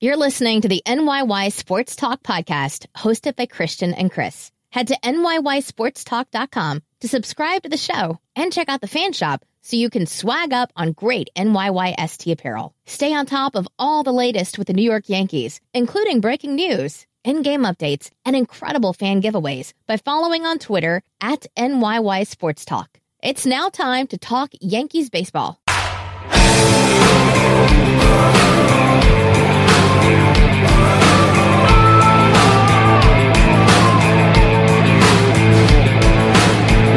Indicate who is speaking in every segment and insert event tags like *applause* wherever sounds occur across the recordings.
Speaker 1: You're listening to the NYY Sports Talk podcast, hosted by Christian and Chris. Head to NYYSportsTalk.com to subscribe to the show and check out the fan shop so you can swag up on great NYYST apparel. Stay on top of all the latest with the New York Yankees, including breaking news, in game updates, and incredible fan giveaways by following on Twitter at NYY Sports Talk. It's now time to talk Yankees baseball.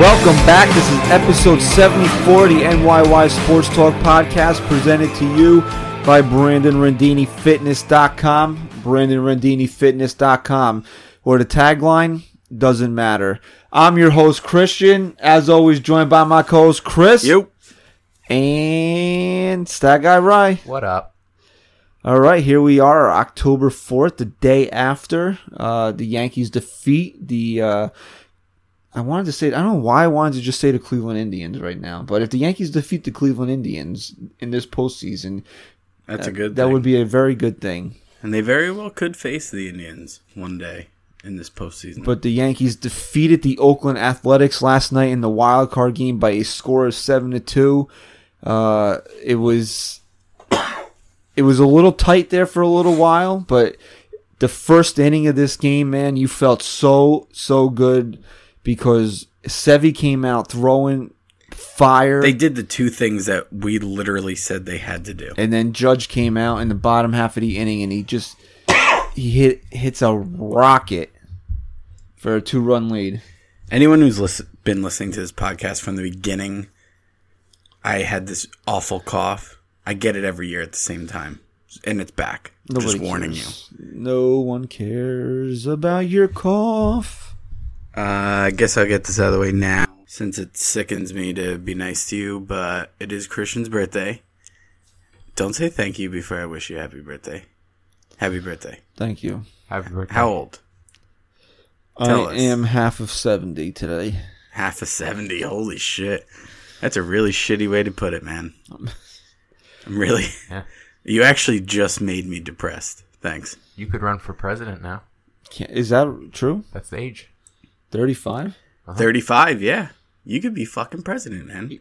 Speaker 2: Welcome back. This is episode 74 of the NYY Sports Talk podcast presented to you by Brandon Rendini Fitness.com. Brandon Rendini Fitness.com, where the tagline doesn't matter. I'm your host, Christian, as always, joined by my co host, Chris. And Stat Guy Rye.
Speaker 3: What up?
Speaker 2: All right, here we are, October 4th, the day after uh, the Yankees defeat the. Uh, I wanted to say, I don't know why I wanted to just say the Cleveland Indians right now, but if the Yankees defeat the Cleveland Indians in this postseason,
Speaker 4: That's a good.
Speaker 2: that
Speaker 4: thing.
Speaker 2: would be a very good thing.
Speaker 4: and they very well could face the Indians one day in this postseason.
Speaker 2: But the Yankees defeated the Oakland Athletics last night in the wild card game by a score of seven to two. Uh, it was *coughs* it was a little tight there for a little while, but the first inning of this game, man, you felt so so good because Sevy came out throwing fire.
Speaker 4: they did the two things that we literally said they had to do.
Speaker 2: and then Judge came out in the bottom half of the inning, and he just he hit hits a rocket for a two run lead.
Speaker 4: Anyone who's lis- been listening to this podcast from the beginning, I had this awful cough. I get it every year at the same time, and it's back. Just warning
Speaker 2: you. No one cares about your cough.
Speaker 4: you. Uh, I guess I'll get this out of the way now, since it sickens me to be nice to you. But it is Christian's birthday. Don't say thank you before I wish you happy birthday. Happy birthday.
Speaker 2: Thank you.
Speaker 3: Happy birthday.
Speaker 4: How old? Tell
Speaker 2: I
Speaker 4: us.
Speaker 2: am half of seventy today.
Speaker 4: Half a 70. Holy shit. That's a really shitty way to put it, man. *laughs* I'm really.
Speaker 3: Yeah.
Speaker 4: *laughs* You actually just made me depressed. Thanks.
Speaker 3: You could run for president now.
Speaker 2: Can't, is that true?
Speaker 3: That's the age.
Speaker 2: Thirty five.
Speaker 4: 35, yeah. You could be fucking president, man.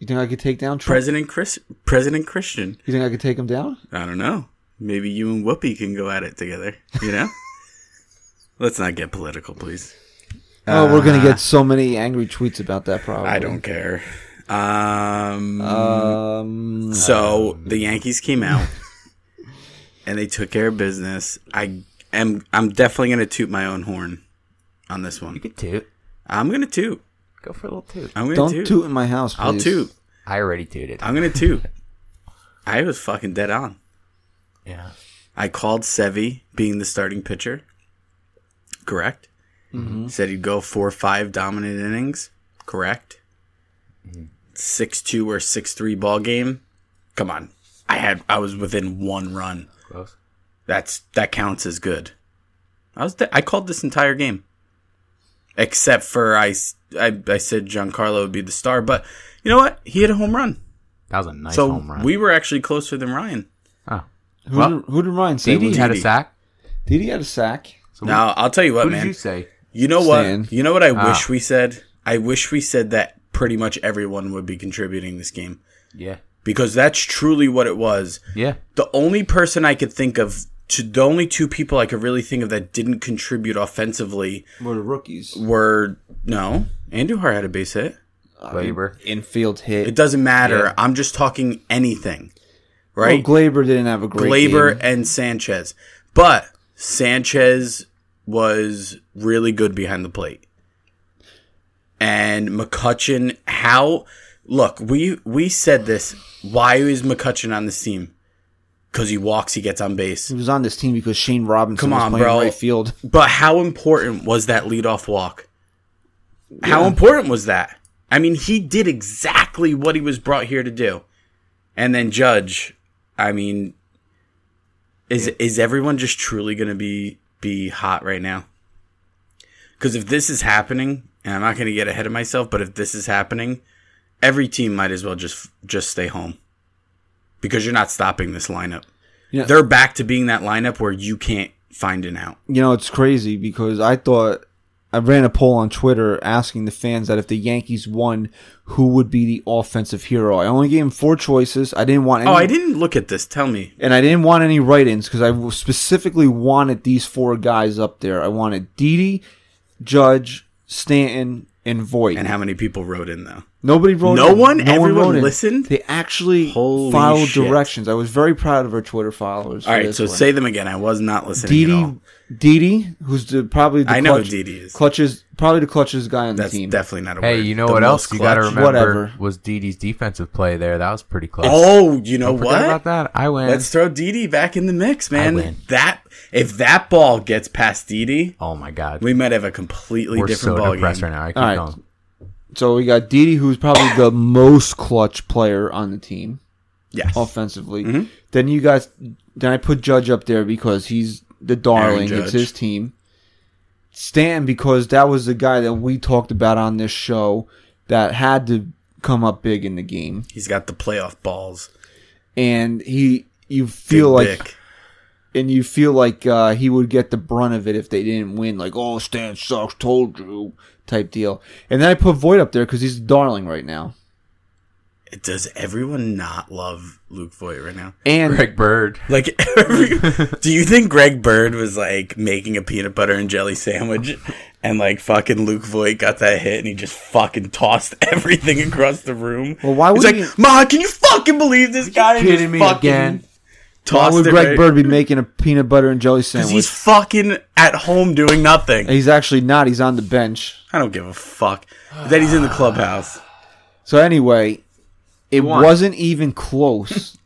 Speaker 2: You think I could take down Trump?
Speaker 4: President Chris President Christian.
Speaker 2: you think I could take him down?
Speaker 4: I don't know. Maybe you and Whoopi can go at it together, you know? *laughs* Let's not get political, please.
Speaker 2: oh, we're gonna get so many angry tweets about that. Probably.
Speaker 4: Uh, I don't care. Um
Speaker 2: Um.
Speaker 4: So the Yankees
Speaker 2: *laughs*
Speaker 4: came out and they took care of business. I am I'm definitely gonna toot my own horn on this
Speaker 3: You
Speaker 4: one.
Speaker 3: could toot.
Speaker 4: I'm gonna toot.
Speaker 3: Go for a little toot.
Speaker 4: I'm gonna
Speaker 2: Don't
Speaker 4: toot.
Speaker 2: toot in my house. Please.
Speaker 4: I'll toot.
Speaker 3: I already tooted.
Speaker 4: I'm gonna toot. I was fucking dead on.
Speaker 3: yeah.
Speaker 4: I called Sevi being the starting pitcher. Correct.
Speaker 2: Mm-hmm.
Speaker 4: Said he'd go four or five dominant innings. Correct.
Speaker 2: Mm-hmm.
Speaker 4: Six two or six three ball game. Come on. I had I was within one run.
Speaker 3: Close.
Speaker 4: That's that counts as good. I was I called this entire game, except for I s- I, I said Giancarlo would be the star, but you know what? He hit a home run,
Speaker 3: That was a nice
Speaker 4: so
Speaker 3: home run.
Speaker 4: we were actually closer than Ryan.
Speaker 3: oh.
Speaker 2: Who,
Speaker 3: Well,
Speaker 2: did, who did Ryan say?
Speaker 3: Didi
Speaker 2: was-
Speaker 3: had a
Speaker 4: Didi.
Speaker 3: sack.
Speaker 2: Didi had a sack.
Speaker 3: So
Speaker 4: Now I'll tell you
Speaker 3: we,
Speaker 4: what,
Speaker 3: who
Speaker 4: man.
Speaker 3: did you
Speaker 4: You,
Speaker 3: say?
Speaker 4: know what?
Speaker 2: Stan.
Speaker 4: You know what? I
Speaker 3: Ah.
Speaker 4: wish we said. I wish we said that pretty much everyone would be contributing this game
Speaker 3: Yeah.
Speaker 4: because that's truly what it was.
Speaker 3: Yeah.
Speaker 4: The only person I could think of, to, the only two people I could really think of that didn't contribute offensively
Speaker 2: Were the rookies
Speaker 4: were no. Andujar had a base hit.
Speaker 3: Glaber.
Speaker 2: infield hit?
Speaker 4: It doesn't matter. I'm just talking anything, right?
Speaker 2: Well, Glaber didn't have a Oh, great game.
Speaker 4: Glaber and Sanchez, but Sanchez was really good behind the plate, and McCutcheon. How? Look, we we said this. Why is McCutcheon on this team? Because he walks, he gets on base.
Speaker 2: He was on this team because Shane Robinson
Speaker 4: Come
Speaker 2: was
Speaker 4: on,
Speaker 2: playing
Speaker 4: bro.
Speaker 2: right field. *laughs*
Speaker 4: But how important was that leadoff walk? How important was that? I mean, he did exactly what he was brought here to do. And then Judge, I mean, is is everyone just truly going to be be hot right now? Because if this is happening, and I'm not going to get ahead of myself, but if this is happening, every team might as well just just stay home because you're not stopping this lineup.
Speaker 2: Yeah.
Speaker 4: They're back to being that lineup where you can't find an out.
Speaker 2: You know, it's crazy because I thought I ran a poll on Twitter asking the fans that if the Yankees won, who would be the offensive hero. I only gave them four choices. I didn't want any,
Speaker 4: Oh, I didn't look at this. Tell me.
Speaker 2: and I didn't want any write-ins because I specifically wanted these four guys up there. I wanted Didi, Judge, Stanton, and Voigt.
Speaker 4: And how many people wrote in though?
Speaker 2: Nobody wrote.
Speaker 4: No
Speaker 2: in.
Speaker 4: one? Everyone
Speaker 2: in.
Speaker 4: listened?
Speaker 2: They actually
Speaker 4: Holy
Speaker 2: followed
Speaker 4: shit.
Speaker 2: directions. I was very proud of our Twitter followers. for
Speaker 4: All right,
Speaker 2: this
Speaker 4: so
Speaker 2: one.
Speaker 4: say them again. I was not listening at
Speaker 2: Didi,
Speaker 4: all.
Speaker 2: Didi, who's the, probably the
Speaker 4: I know
Speaker 2: clutch-
Speaker 4: who Didi is.
Speaker 2: clutches probably the clutchest guy on the
Speaker 4: That's
Speaker 2: team.
Speaker 4: definitely not a word.
Speaker 3: Hey, you know
Speaker 4: The
Speaker 3: what
Speaker 4: most
Speaker 3: else you got to
Speaker 4: clutch.
Speaker 3: remember
Speaker 2: Whatever.
Speaker 3: was Didi's defensive play there. That was pretty close.
Speaker 4: Oh, you know
Speaker 3: Don't forget
Speaker 4: what?
Speaker 3: about that. I win.
Speaker 4: Let's throw Didi back in the mix, man.
Speaker 3: win.
Speaker 4: That if that ball gets past Didi,
Speaker 3: oh my god,
Speaker 4: we might have a completely
Speaker 3: we're
Speaker 4: different
Speaker 3: so
Speaker 4: ball
Speaker 3: depressed
Speaker 4: game.
Speaker 3: right now. I keep
Speaker 2: All right.
Speaker 3: going.
Speaker 2: So we got Didi, who's probably the most clutch player on the team
Speaker 4: Yes.
Speaker 2: offensively.
Speaker 4: Mm-hmm.
Speaker 2: Then you guys, then I put Judge up there because he's the darling.
Speaker 4: Aaron
Speaker 2: It's
Speaker 4: Judge.
Speaker 2: his team. Stanton because that was the guy that we talked about on this show that had to come up big in the game.
Speaker 4: He's got the playoff balls.
Speaker 2: and he you feel like
Speaker 4: Big dick.
Speaker 2: and you feel like uh, he would get the brunt of it if they didn't win like oh stan sucks told you type deal and then i put void up there because he's darling right now
Speaker 4: Does everyone not love Luke Voigt right now?
Speaker 2: and
Speaker 3: Greg Bird.
Speaker 4: Like, *laughs* every, do you think Greg Bird was like making a peanut butter and jelly sandwich, and like fucking Luke Voigt got that hit, and he just fucking tossed *laughs* everything across the room?
Speaker 2: Well, why
Speaker 4: He's
Speaker 2: would
Speaker 4: like,
Speaker 2: he-
Speaker 4: Ma, can you fucking believe this guy? And
Speaker 2: kidding
Speaker 4: just
Speaker 2: me
Speaker 4: fucking
Speaker 2: again? why
Speaker 4: Tossed
Speaker 2: would
Speaker 4: it
Speaker 2: greg
Speaker 4: right-
Speaker 2: bird be making a peanut butter and jelly
Speaker 4: 'Cause
Speaker 2: sandwich
Speaker 4: he's
Speaker 2: he's,
Speaker 4: fucking at home doing nothing.
Speaker 2: actually not he's on the bench
Speaker 4: I don't give a fuck that he's in the clubhouse.
Speaker 2: so anyway it
Speaker 3: won.
Speaker 2: wasn't even
Speaker 4: *laughs*
Speaker 2: close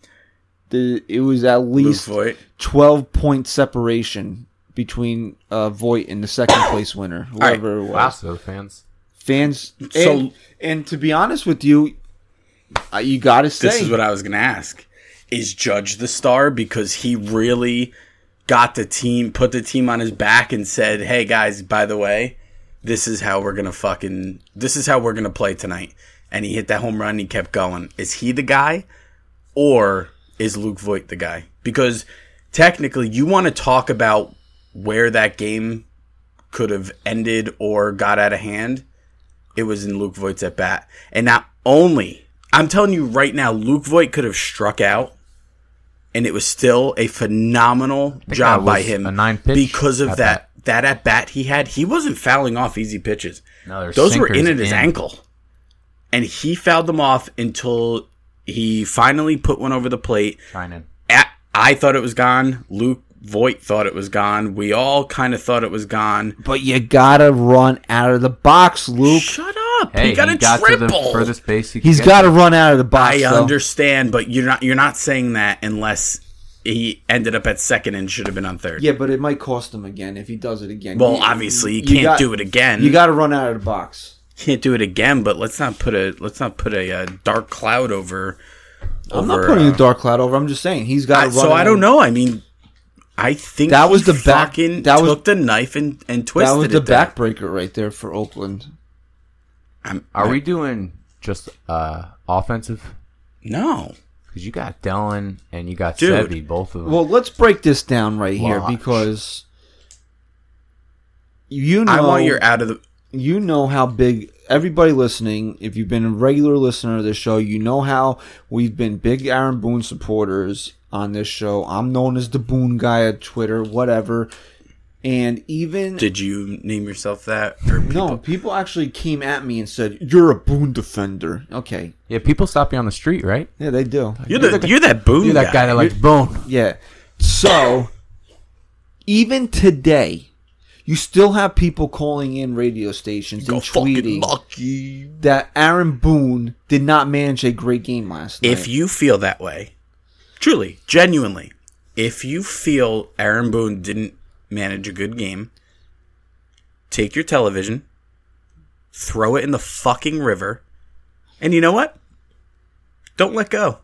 Speaker 2: the, it was at
Speaker 4: Luke
Speaker 2: least
Speaker 4: Voigt.
Speaker 2: 12 point separation between uh, Voight and the second place winner
Speaker 4: right.
Speaker 2: whoever it was
Speaker 3: Wow, so fans.
Speaker 2: fans. And,
Speaker 4: So-
Speaker 2: and to be honest with you, uh, you got to say
Speaker 4: This is what I was going to ask. Is Judge the star because he really got the team, put the team on his back and said, "Hey guys, by the way, this is how we're going to fucking this is how we're going to play tonight." And he hit that home run, and he kept going. Is he the guy or is Luke Voigt the guy? Because technically, you want to talk about where that game could have ended or got out of hand. It was in Luke Voigt's at bat. And not only, I'm telling you right now, Luke Voigt could have struck out, and it was still a phenomenal
Speaker 3: think
Speaker 4: job
Speaker 3: that
Speaker 4: by
Speaker 3: was
Speaker 4: him
Speaker 3: a nine pitch
Speaker 4: because of
Speaker 3: at
Speaker 4: that. That at bat he had, he wasn't fouling off easy pitches.
Speaker 3: No, they're
Speaker 4: Those were in
Speaker 3: sinkers
Speaker 4: at his
Speaker 3: in.
Speaker 4: ankle. And he fouled them off until he finally put one over the plate.
Speaker 3: Trying in.
Speaker 4: A- I thought it was gone. Luke Voigt thought it was gone. We all kind of thought it was gone.
Speaker 2: But you got to run out of the box, Luke.
Speaker 4: Shut up!
Speaker 3: Hey,
Speaker 4: he got a
Speaker 3: to
Speaker 4: triple.
Speaker 3: the furthest base. He
Speaker 2: He's
Speaker 3: could
Speaker 2: got to
Speaker 3: get
Speaker 2: run out of the box.
Speaker 4: I
Speaker 2: though.
Speaker 4: understand, but you're not you're not saying that unless he ended up at second and should have been on third.
Speaker 2: Yeah, but it might cost him again if he does it again.
Speaker 4: Well,
Speaker 2: You-
Speaker 4: obviously you
Speaker 2: you
Speaker 4: can't
Speaker 2: got-
Speaker 4: do it again.
Speaker 2: You got to run out of the box.
Speaker 4: can't do it again. But let's not put a let's not put a, uh dark cloud over.
Speaker 2: I'm not
Speaker 4: over,
Speaker 2: putting
Speaker 4: uh,
Speaker 2: the dark cloud over. I'm just saying he's got to
Speaker 4: I,
Speaker 2: run.
Speaker 4: so
Speaker 2: out
Speaker 4: I
Speaker 2: of-
Speaker 4: don't know. I mean, I think
Speaker 2: That was
Speaker 4: he
Speaker 2: the back-
Speaker 4: fucking
Speaker 2: that was-
Speaker 4: took the knife and and twisted
Speaker 2: That was
Speaker 4: it
Speaker 2: the
Speaker 4: there.
Speaker 2: backbreaker right there for Oakland.
Speaker 4: I'm,
Speaker 3: Are we doing just uh, offensive?
Speaker 4: no.
Speaker 3: Because you got Dylan and you got
Speaker 4: Dude.
Speaker 3: Sevy, both of them.
Speaker 2: Well, let's break this down right here
Speaker 3: Watch.
Speaker 2: because you know
Speaker 4: I want you're out of the.
Speaker 2: you know how big everybody listening, if you've been a regular listener of this show, you know how we've been big Aaron Boone supporters on this show. I'm known as the Boone guy at Twitter, whatever. And even
Speaker 4: Did you name yourself that? Or people?
Speaker 2: no, people actually came at me and said, "You're a Boone defender." Okay,
Speaker 3: yeah, people stop you on the street, right?
Speaker 2: yeah, they do.
Speaker 4: You're the you're that boom
Speaker 3: You're that guy that likes bone.
Speaker 2: Yeah. So, even today, you still have people calling in radio stations
Speaker 4: Go
Speaker 2: and
Speaker 4: fucking
Speaker 2: tweeting
Speaker 4: lucky.
Speaker 2: that Aaron Boone did not manage a great game last night.
Speaker 4: If you feel that way, truly, genuinely, if you feel Aaron Boone didn't manage a good game, take your television, throw it in the fucking river, and you know what? Don't let go.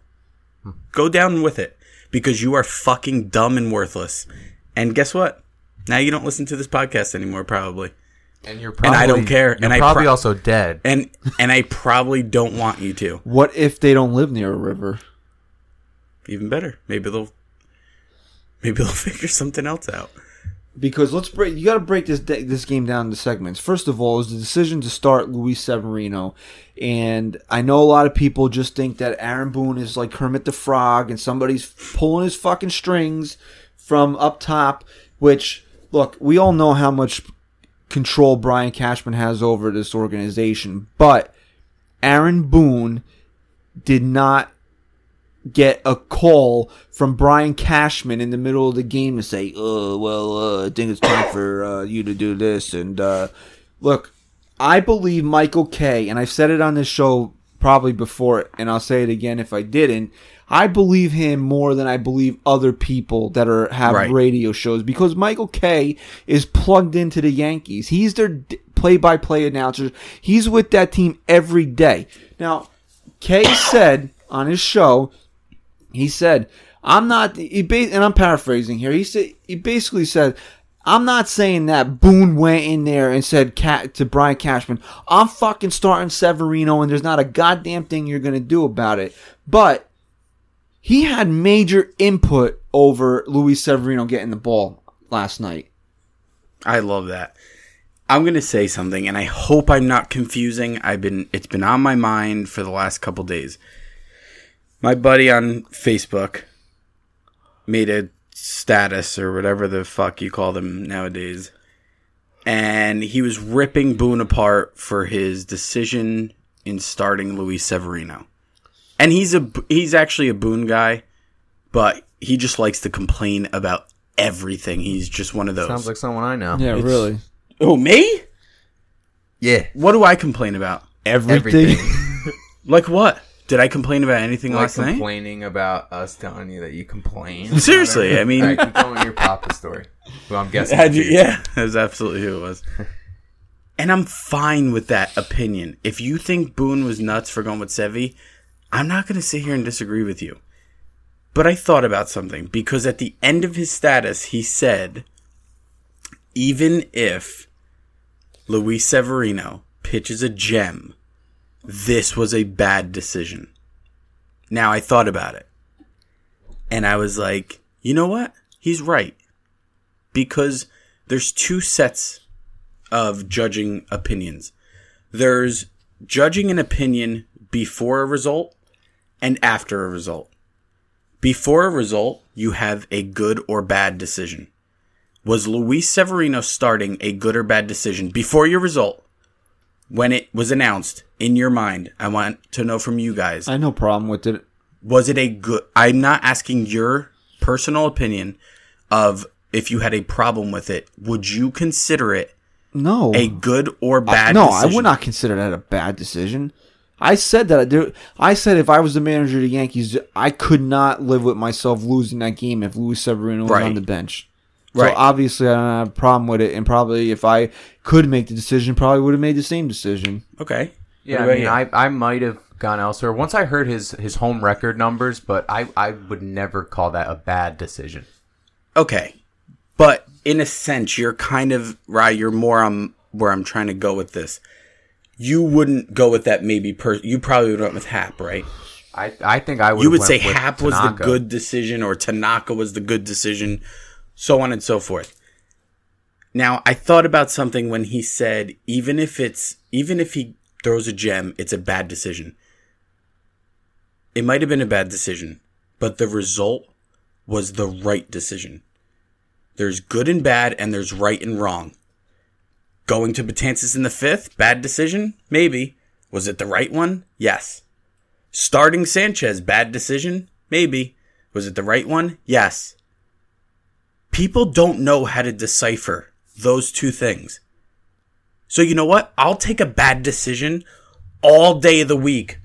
Speaker 3: Hmm.
Speaker 4: Go down with it because you are fucking dumb and worthless. And guess what? Now you don't listen to this podcast anymore, probably.
Speaker 3: And you're probably,
Speaker 4: I don't care,
Speaker 3: You're
Speaker 4: and I
Speaker 3: probably
Speaker 4: pro-
Speaker 3: also dead.
Speaker 4: And and I probably don't want you to.
Speaker 2: What if they don't live near a river?
Speaker 4: Even better, maybe they'll Maybe they'll *laughs* figure something else out.
Speaker 2: because let's break. You got to break this da- this game down into segments. First of all, is the decision to start Luis Severino, and I know a lot of people just think that Aaron Boone is like Kermit the Frog, and somebody's pulling his fucking strings from up top. Which look, we all know how much control Brian Cashman has over this organization, but Aaron Boone did not get a call from Brian Cashman in the middle of the game to say, "Oh, well, uh, I think it's time for uh, you to do this." And uh, look, I believe Michael Kay, and I've said it on this show probably before, and I'll say it again if I didn't. I believe him more than I believe other people that are have
Speaker 4: Right.
Speaker 2: radio shows because Michael Kay is plugged into the Yankees. He's their d- play-by-play announcer. He's with that team every day. Now, Kay said on his show he said, "I'm not." He ba- and I'm paraphrasing here. He said he basically said, "I'm not saying that Boone went in there and said Cat to Brian Cashman, I'm fucking starting Severino, and there's not a goddamn thing you're gonna do about it." But he had major input over Luis Severino getting the ball last night.
Speaker 4: I love that. I'm gonna say something, and I hope I'm not confusing. I've been it's been on my mind for the last couple days. My buddy on Facebook made a status or whatever the fuck you call them nowadays, and he was ripping Boone apart for his decision in starting Luis Severino. And he's a he's actually a Boone guy, but he just likes to complain about everything. He's just one of those.
Speaker 3: Sounds like someone I know.
Speaker 2: Yeah, really.
Speaker 4: Oh, me?
Speaker 3: Yeah.
Speaker 4: What do I complain about?
Speaker 3: *laughs* Everything.
Speaker 4: Like what? Did I complain about anything
Speaker 3: like
Speaker 4: last night?
Speaker 3: complaining about us telling you that you complain.
Speaker 4: Seriously, I mean,
Speaker 3: All right, keep going with your papa story. Well, I'm guessing.
Speaker 4: had you,
Speaker 3: it's
Speaker 4: *laughs*
Speaker 3: you.
Speaker 4: yeah, that's absolutely who it was. *laughs* And I'm fine with that opinion. If you think Boone was nuts for going with Sevi, I'm not going to sit here and disagree with you. But I thought about something because at the end of his status, he said, even if Luis Severino pitches a gem, this was a bad decision. Now I thought about it. And I was like, you know what? He's right because there's two sets of judging opinions. There's judging an opinion before a result and after a result. Before a result, you have a good or bad decision. Was Luis Severino starting a good or bad decision before your result? When it was announced in your mind, I want to know from you guys
Speaker 2: I had no problem with it.
Speaker 4: was it a good i'm not asking your personal opinion of if you had a problem with it would you consider it
Speaker 2: No,
Speaker 4: a good or bad
Speaker 2: Oh. I, no, I
Speaker 4: decision?
Speaker 2: would not consider that a bad decision. I said that I do. I said if I was the manager of the Yankees, I could not live with myself losing that game if Luis Severino was on
Speaker 4: Right.
Speaker 2: the bench.
Speaker 4: Right.
Speaker 2: So obviously, I don't have a problem with it, and probably if I could make the decision, probably would have made the same decision.
Speaker 4: okay
Speaker 3: Yeah,
Speaker 4: What
Speaker 3: I
Speaker 4: about
Speaker 3: mean,
Speaker 4: you?
Speaker 3: I, I might have gone elsewhere once I heard his his home record numbers, but I I would never call that a bad decision.
Speaker 4: okay but in a sense you're kind of right you're more on where i'm trying to go with this you wouldn't go with that maybe per you probably would went with hap right
Speaker 3: I I think I would.
Speaker 4: you would say Hap was the good decision or Tanaka was the good decision, so on and so forth. Now, I thought about something when he said, even if it's even if he throws a gem, it's a bad decision. It might have been a bad decision, but the result was the right decision. There's good and bad, and there's right and wrong. Going to Batanzas in the fifth, bad decision? Maybe. Was it the right one? Yes. Starting Sanchez, bad decision? Maybe. Was it the right one? Yes. People don't know how to decipher those two things. So you know what? I'll take a bad decision all day of the week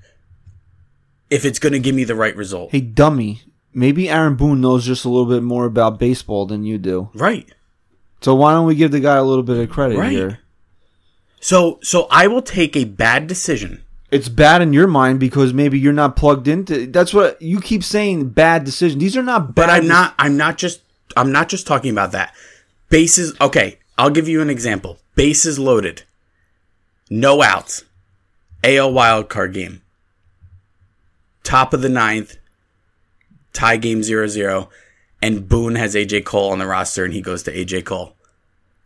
Speaker 4: if it's going to give me the right result.
Speaker 2: Hey, dummy. Maybe Aaron Boone knows just a little bit more about baseball than you do.
Speaker 4: Right.
Speaker 2: So why don't we give the guy a little bit of credit
Speaker 4: Right.
Speaker 2: here?
Speaker 4: So so I will take a bad decision.
Speaker 2: it's bad in your mind because maybe you're not plugged into that's what you keep saying bad decision these are not bad
Speaker 4: But I'm
Speaker 2: dec-
Speaker 4: not I'm not just I'm not just talking about that. Bases okay, I'll give you an example. Bases loaded. No outs. AL wild card game. Top of the ninth. Tie game 0-0. and Boone has AJ Cole on the roster, and he goes to AJ Cole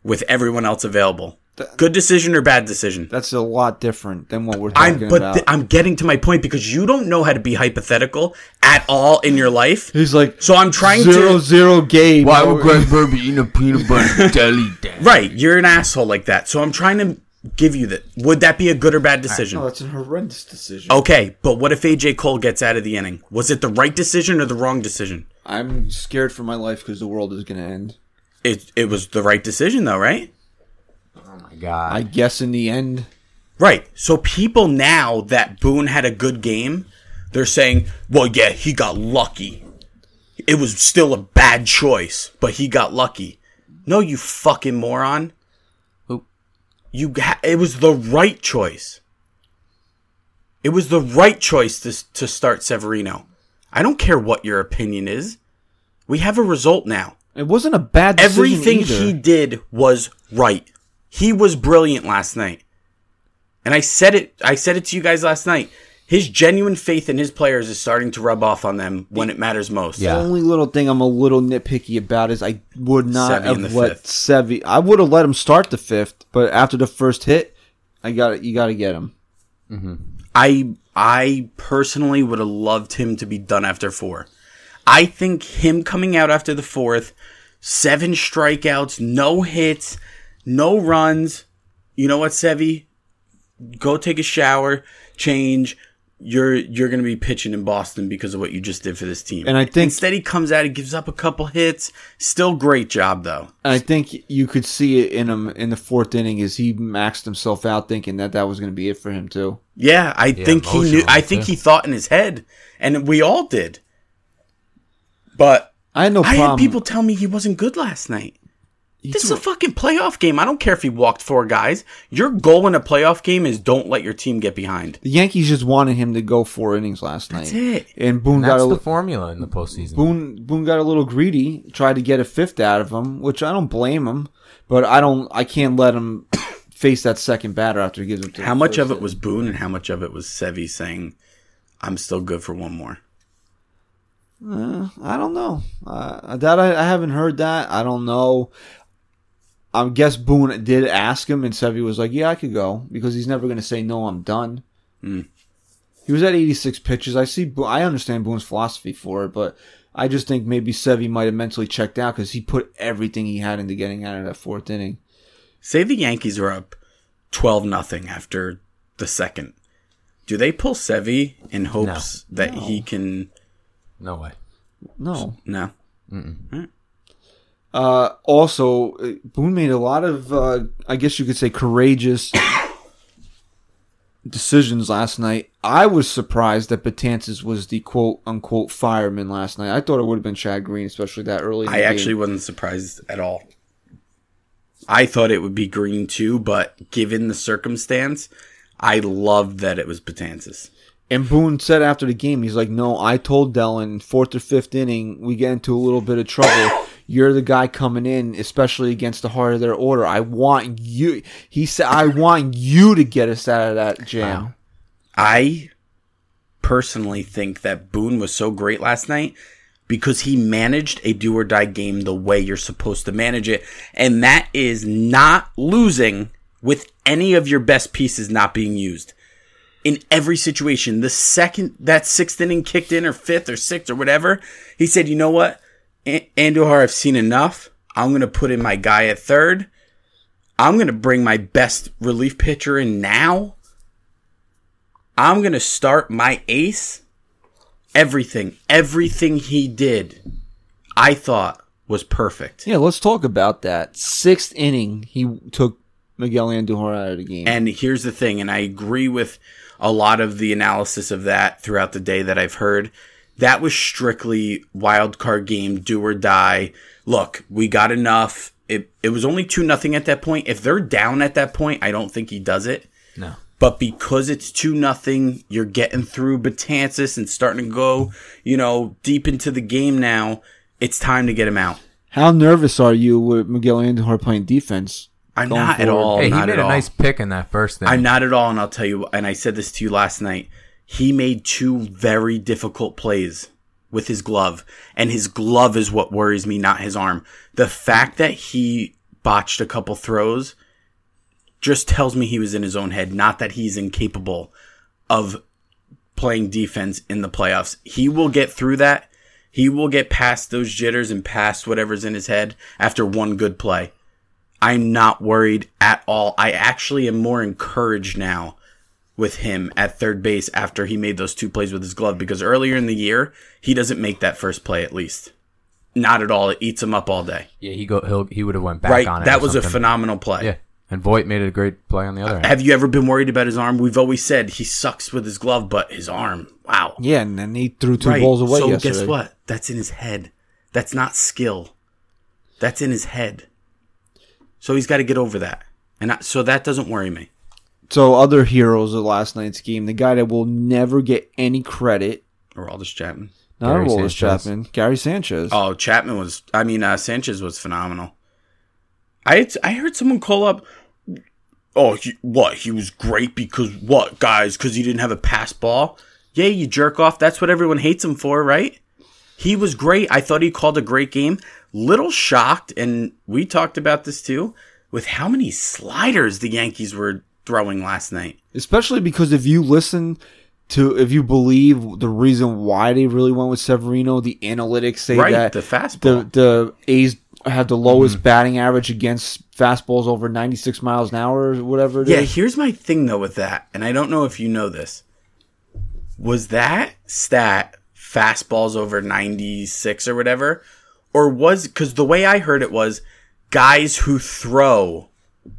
Speaker 4: with everyone else available. Good decision or bad decision?
Speaker 2: That's a lot different than what we're
Speaker 4: I'm,
Speaker 2: talking
Speaker 4: but
Speaker 2: about.
Speaker 4: th- I'm getting to my point because you don't know how to be hypothetical at all in your life.
Speaker 2: He's like
Speaker 4: So I'm trying
Speaker 2: zero
Speaker 4: to-
Speaker 2: zero game.
Speaker 5: Why would Greg Bird be eating a peanut butter jelly then?
Speaker 4: Right, you're an asshole like that. So I'm trying to give you that. Would that be a good or bad decision?
Speaker 2: No, that's a horrendous decision.
Speaker 4: Okay, but what if AJ Cole gets out of the inning? Was it the right decision or the wrong decision?
Speaker 2: I'm scared for my life because the world is going to end.
Speaker 4: It it was the right decision though, right?
Speaker 3: Oh my god.
Speaker 2: I guess in the end,
Speaker 4: Right. So people now that Boone had a good game, they're saying, "Well, yeah, he got lucky. It was still a bad choice, but he got lucky." No, you fucking moron.
Speaker 3: Who?
Speaker 4: You ha- it was the right choice. It was the right choice to s- to start Severino. I don't care what your opinion is. We have a result now.
Speaker 2: it wasn't a bad decision
Speaker 4: Everything
Speaker 2: either.
Speaker 4: he did was right. He was brilliant last night. And I said it I said it to you guys last night. His genuine faith in his players is starting to rub off on them when it matters most.
Speaker 3: Yeah.
Speaker 2: The only little thing I'm a little nitpicky about is I would not
Speaker 4: Sevy in
Speaker 2: have
Speaker 4: the
Speaker 2: let
Speaker 4: fifth.
Speaker 2: Sevy. I would have let him start the fifth, but after the first hit, I got you. Got to get him.
Speaker 4: I I personally would have loved him to be done after 4. I think him coming out after the 4th, 7 strikeouts, no hits, no runs. You know what, Sevi? Go take a shower, change. You're you're going to be pitching in Boston because of what you just did for this team.
Speaker 2: And I think-
Speaker 4: instead he comes out, he gives up a couple hits. Still great job though.
Speaker 2: And I think you could see it in him in the fourth inning as he maxed himself out, thinking that that was going to be it for him too.
Speaker 4: Yeah, I think he knew. I
Speaker 3: emotional,
Speaker 4: think
Speaker 3: too.
Speaker 4: he thought in his head, and we all did. But
Speaker 2: I had no
Speaker 4: I
Speaker 2: problem.
Speaker 4: had people tell me he wasn't good last night.
Speaker 2: He
Speaker 4: This is
Speaker 2: threw-
Speaker 4: a fucking playoff game. I don't care if he walked four guys. Your goal in a playoff game is don't let your team get behind.
Speaker 2: the Yankees just wanted him to go four innings last night,
Speaker 4: it.
Speaker 2: and Boone got
Speaker 3: That's
Speaker 2: a
Speaker 3: the
Speaker 2: li-
Speaker 3: formula in the postseason.
Speaker 2: Boone Boone got a little greedy, tried to get a fifth out of him, which I don't blame him, but I don't I can't let him *coughs* face that second batter after he gives him.
Speaker 4: How much of it was Boone and how much of it was Sevi saying, I'm still good for one more?
Speaker 2: I don't know. Uh, that I, I haven't heard that. I don't know. I guess Boone did ask him, and Sevy was like, "Yeah, I could go," because he's never going to say no. I'm done. He was at 86 pitches. I see. Bo- I understand Boone's philosophy for it, but I just think maybe Sevy might have mentally checked out because he put everything he had into getting out of that fourth inning.
Speaker 4: Say the Yankees are up 12 nothing after the second. Do they pull Sevi in hopes that he can.
Speaker 3: no way.
Speaker 2: No.
Speaker 4: No.
Speaker 2: Uh, also, uh, Boone made a lot of, uh, I guess you could say, courageous decisions last night. I was surprised that Batanzas was the quote unquote fireman last night. I thought it would have been Chad Green, especially that early. in
Speaker 4: I
Speaker 2: the
Speaker 4: actually
Speaker 2: game.
Speaker 4: wasn't surprised at all. I thought it would be green too, but given the circumstance, I loved that it was Patansis.
Speaker 2: And Boone said after the game, he's like, "No, I told Dellen fourth or fifth inning, we get into a little bit of trouble." You're the guy coming in, especially against the heart of their order. I want you. He said, "I want you to get us out of that jam."
Speaker 4: I personally think that Boone was so great last night because he managed a do or die game the way you're supposed to manage it, and that is not losing with any of your best pieces not being used. in every situation. The second that sixth inning kicked in, or fifth, or sixth, or whatever, he said, "You know what, A- Andujar, I've seen enough. I'm going to put in my guy at third. I'm going to bring my best relief pitcher in now. I'm going to start my ace. Everything, everything he did, I thought was perfect."
Speaker 2: Yeah, let's talk about that. Sixth inning, he took Miguel Andujar out of the game.
Speaker 4: And here's the thing, and I agree with a lot of the analysis of that throughout the day that I've heard. That was strictly wild card game, do or die. Look, we got enough. It it was only two nothing at that point. If they're down at that point, I don't think he does it.
Speaker 3: No.
Speaker 4: But because it's two nothing, you're getting through Batansis and starting to go, you know, deep into the game now. It's time to get him out.
Speaker 2: How nervous are you with Miguel Andujar playing defense?
Speaker 4: I'm
Speaker 2: Going
Speaker 4: not at
Speaker 2: forward.
Speaker 4: all.
Speaker 3: Hey, he
Speaker 4: not
Speaker 3: made
Speaker 4: at
Speaker 3: a
Speaker 4: all.
Speaker 3: nice pick in that first thing.
Speaker 4: I'm not at all, and I'll tell you. And I said this to you last night. He made two very difficult plays with his glove, and his glove is what worries me, not his arm. The fact that he botched a couple throws just tells me he was in his own head, not that he's incapable of playing defense in the playoffs. He will get through that. He will get past those jitters and past whatever's in his head after one good play. I'm not worried at all. I actually am more encouraged now with him at third base after he made those two plays with his glove because earlier in the year, he doesn't make that first play at least. Not at all. It eats him up all day.
Speaker 3: Yeah, he go he'll, he would have went back
Speaker 4: right.
Speaker 3: on it.
Speaker 4: That
Speaker 3: or
Speaker 4: was a
Speaker 3: something.
Speaker 4: phenomenal play.
Speaker 3: Yeah, and Voight made a great play on the other end.
Speaker 4: Have you ever been worried about his arm? We've always said he sucks with his glove, but his arm, wow.
Speaker 2: Yeah, and then he threw two balls away
Speaker 4: so
Speaker 2: yesterday.
Speaker 4: guess what? That's in his head. That's not skill. That's in his head. So he's got to get over that. And I, so that doesn't worry me.
Speaker 2: So other heroes of last night's game, the guy that will never get any credit,
Speaker 4: Or Aldous Chapman.
Speaker 2: not
Speaker 3: Gary
Speaker 2: Aroldis
Speaker 3: Sanchez.
Speaker 2: Chapman, Gary Sanchez.
Speaker 4: Oh, Chapman was. I mean, uh, Sanchez was phenomenal. I had- I heard someone call up. Oh, he, what? He was great because what, guys? Because he didn't have a pass ball. Yeah, you jerk off. That's what everyone hates him for, right? He was great. I thought he called a great game. Little shocked, and we talked about this too, with how many sliders the Yankees were throwing last night.
Speaker 2: Especially because if you listen to, if you believe the reason why they really went with Severino, the analytics say
Speaker 4: right,
Speaker 2: that
Speaker 4: the fastball.
Speaker 2: the the A's had the lowest batting average against fastballs over 96 miles an hour or whatever it is.
Speaker 4: Yeah, here's my thing though with that, and I don't know if you know this. Was that stat fastballs over 96 or whatever? Or was because the way I heard it was guys who throw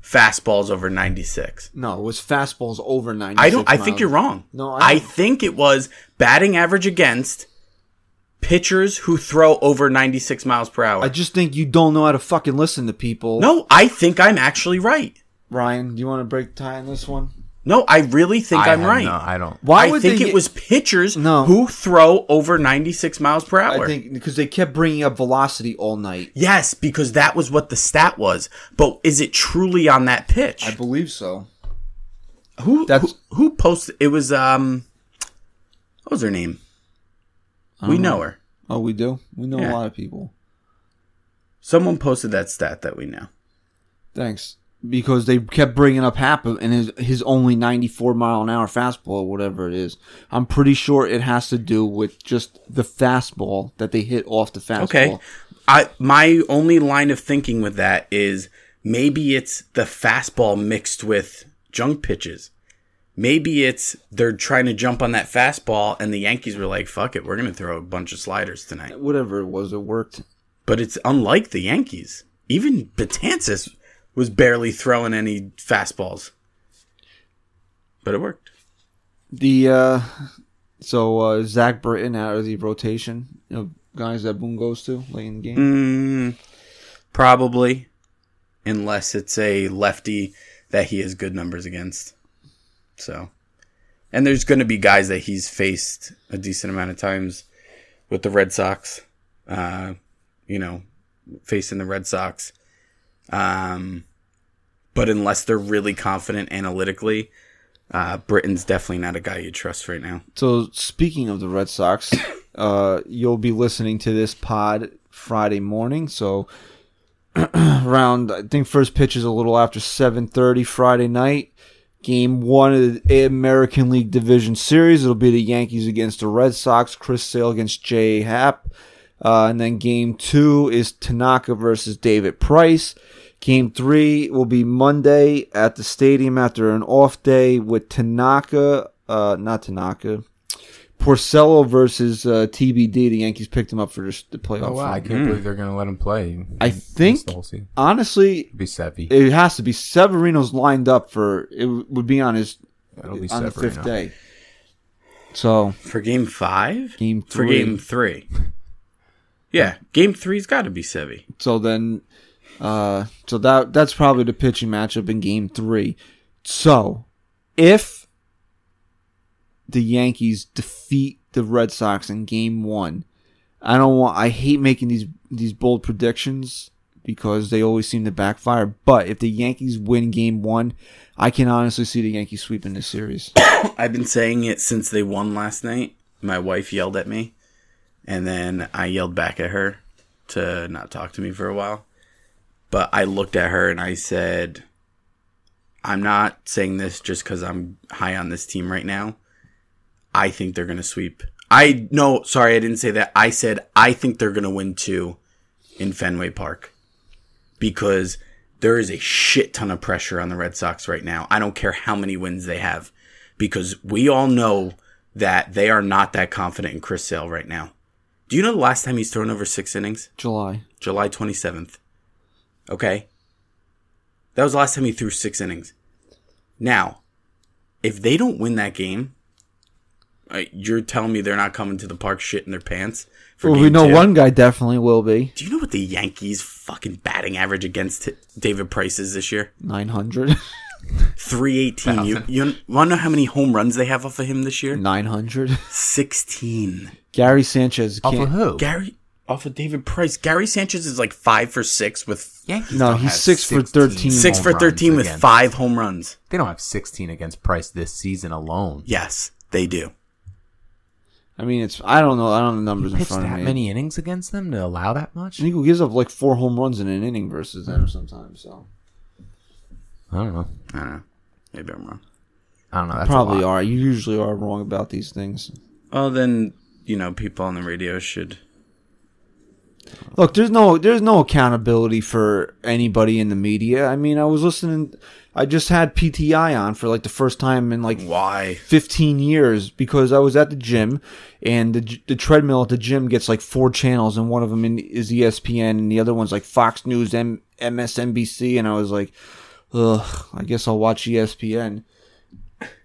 Speaker 4: fastballs over 96.
Speaker 2: No, it was fastballs over 96
Speaker 4: I don't, I think
Speaker 2: miles.
Speaker 4: you're wrong.
Speaker 2: No, I
Speaker 4: I,
Speaker 2: don't.
Speaker 4: think it was batting average against pitchers who throw over 96 miles per hour.
Speaker 2: I just think you don't know how to fucking listen to people.
Speaker 4: no, I think I'm actually right.
Speaker 2: Ryan, do you want to break tie on this one?
Speaker 4: No, I really think I am
Speaker 3: have
Speaker 4: right.
Speaker 3: no- I don't.
Speaker 2: Why
Speaker 4: I
Speaker 2: would
Speaker 4: think
Speaker 2: they
Speaker 4: it
Speaker 2: get-
Speaker 4: was pitchers
Speaker 2: No.
Speaker 4: who throw over 96 miles per hour.
Speaker 2: I think because they kept bringing up velocity all night.
Speaker 4: yes, because that was what the stat was. But is it truly on that pitch?
Speaker 2: I believe so.
Speaker 4: who,
Speaker 2: that's-
Speaker 4: who who posted it was um what was her name? We know her.
Speaker 2: Oh, we do. We know a
Speaker 4: Yeah.
Speaker 2: lot of people.
Speaker 4: Someone posted that stat that we know.
Speaker 2: Thanks. Because they kept bringing up Happa and his his only 94 mile an hour fastball, whatever it is. I'm pretty sure it has to do with just the fastball that they hit off the fastball.
Speaker 4: Okay. I my only line of thinking with that is maybe it's the fastball mixed with junk pitches. Maybe it's they're trying to jump on that fastball and the Yankees were like, "Fuck it, we're going to throw a bunch of sliders tonight."
Speaker 2: Whatever it was, it worked.
Speaker 4: But it's unlike the Yankees. Even Betances was barely throwing any fastballs. But it worked.
Speaker 2: The uh so uh Zach Britton out of the rotation you know, guys that Boone goes to late in the game.
Speaker 4: Mm, probably unless it's a lefty that he has good numbers against. So, and there's going to be guys that he's faced a decent amount of times with the Red Sox. Uh, you know, facing the Red Sox. Um, but unless they're really confident analytically, uh, Britain's definitely not a guy you trust right now.
Speaker 2: So speaking of the Red Sox, *coughs* uh, you'll be listening to this pod Friday morning. So around, I think first pitch is a little after seven thirty Friday night. Game one of the American League Division Series. It'll be the Yankees against the Red Sox. Chris Sale against J. Happ. Uh, and then game two is Tanaka versus David Price. Game three will be Monday at the stadium after an off day with Tanaka, uh, not Tanaka, Porcello versus uh, TBD. The Yankees picked him up for this- the playoff.
Speaker 3: Oh, wow. I
Speaker 2: run.
Speaker 4: Mm.
Speaker 3: can't believe they're going to let him play.
Speaker 2: I think,
Speaker 3: the whole season.
Speaker 2: honestly,
Speaker 3: It'd be savvy.
Speaker 2: it has to be Severino's lined up for it w- would be on his
Speaker 3: It'll be
Speaker 2: on the
Speaker 3: Severino.
Speaker 2: fifth day. So
Speaker 4: For game five?
Speaker 2: Game
Speaker 4: For
Speaker 2: three.
Speaker 4: game three. Yeah, game three's got to be Sevy.
Speaker 2: so then uh so that that's probably the pitching matchup in game three so if the yankees defeat the red sox in game one i don't want i hate making these these bold predictions because they always seem to backfire but if the yankees win game one i can honestly see the yankees sweeping this series *coughs*
Speaker 4: I've been saying it since they won last night. My wife yelled at me, And then I yelled back at her to not talk to me for a while. But I looked at her and I said, I'm not saying this just because I'm high on this team right now. I think they're going to sweep. I, no, sorry, I didn't say that. I said, I think they're going to win two in Fenway Park because there is a shit ton of pressure on the Red Sox right now. I don't care how many wins they have because we all know that they are not that confident in Chris Sale right now. Do you know the last time he's thrown over six innings?
Speaker 2: July.
Speaker 4: July 27th. Okay. That was the last time he threw six innings. Now, if they don't win that game, uh, you're telling me they're not coming to the park shit in their pants for
Speaker 2: Well,
Speaker 4: game
Speaker 2: we know
Speaker 4: two?
Speaker 2: one guy definitely will be
Speaker 4: Do you know what the Yankees' fucking batting average against t- David Price is this year?
Speaker 2: nine
Speaker 3: *laughs*
Speaker 2: hundred.
Speaker 4: 318. You, you want to know how many home runs they have off of him this year?
Speaker 2: Nine hundred.
Speaker 4: 16.
Speaker 2: Gary Sanchez
Speaker 3: Off of
Speaker 2: can't.
Speaker 3: who?
Speaker 4: Gary, off of David Price. Gary Sanchez is like 5 for 6 with.
Speaker 3: Yankees.
Speaker 2: No,
Speaker 3: don't
Speaker 2: he's
Speaker 3: have
Speaker 2: six for
Speaker 3: 16
Speaker 2: 13.
Speaker 4: Six
Speaker 3: home
Speaker 4: for
Speaker 3: runs
Speaker 4: thirteen with
Speaker 3: against-
Speaker 4: five home runs.
Speaker 3: They don't have 16 against Price this season alone.
Speaker 4: Yes, they do.
Speaker 2: I mean, it's. I don't know. I don't have the numbers in
Speaker 3: Pitched
Speaker 2: front of
Speaker 3: that
Speaker 2: me.
Speaker 3: many innings against them to allow that much?
Speaker 2: I think he gives up like four home runs in an inning versus
Speaker 3: Mm-hmm.
Speaker 2: them sometimes. So
Speaker 3: I don't know.
Speaker 4: I don't know. Maybe I'm wrong.
Speaker 3: I don't know. That's
Speaker 2: probably
Speaker 3: a lot.
Speaker 2: are. You usually are wrong about these things.
Speaker 4: Well, then you know people on the radio should.
Speaker 2: Look, there's no there's no accountability for anybody in the media. I mean, I was listening. I just had PTI on for like the first time in like
Speaker 4: Why?
Speaker 2: 15 years because I was at the gym and the, g- the treadmill at the gym gets like four channels and one of them in, is E ESPN and the other one's like Fox News, M- MSNBC. And I was like, ugh, I guess I'll watch E ESPN.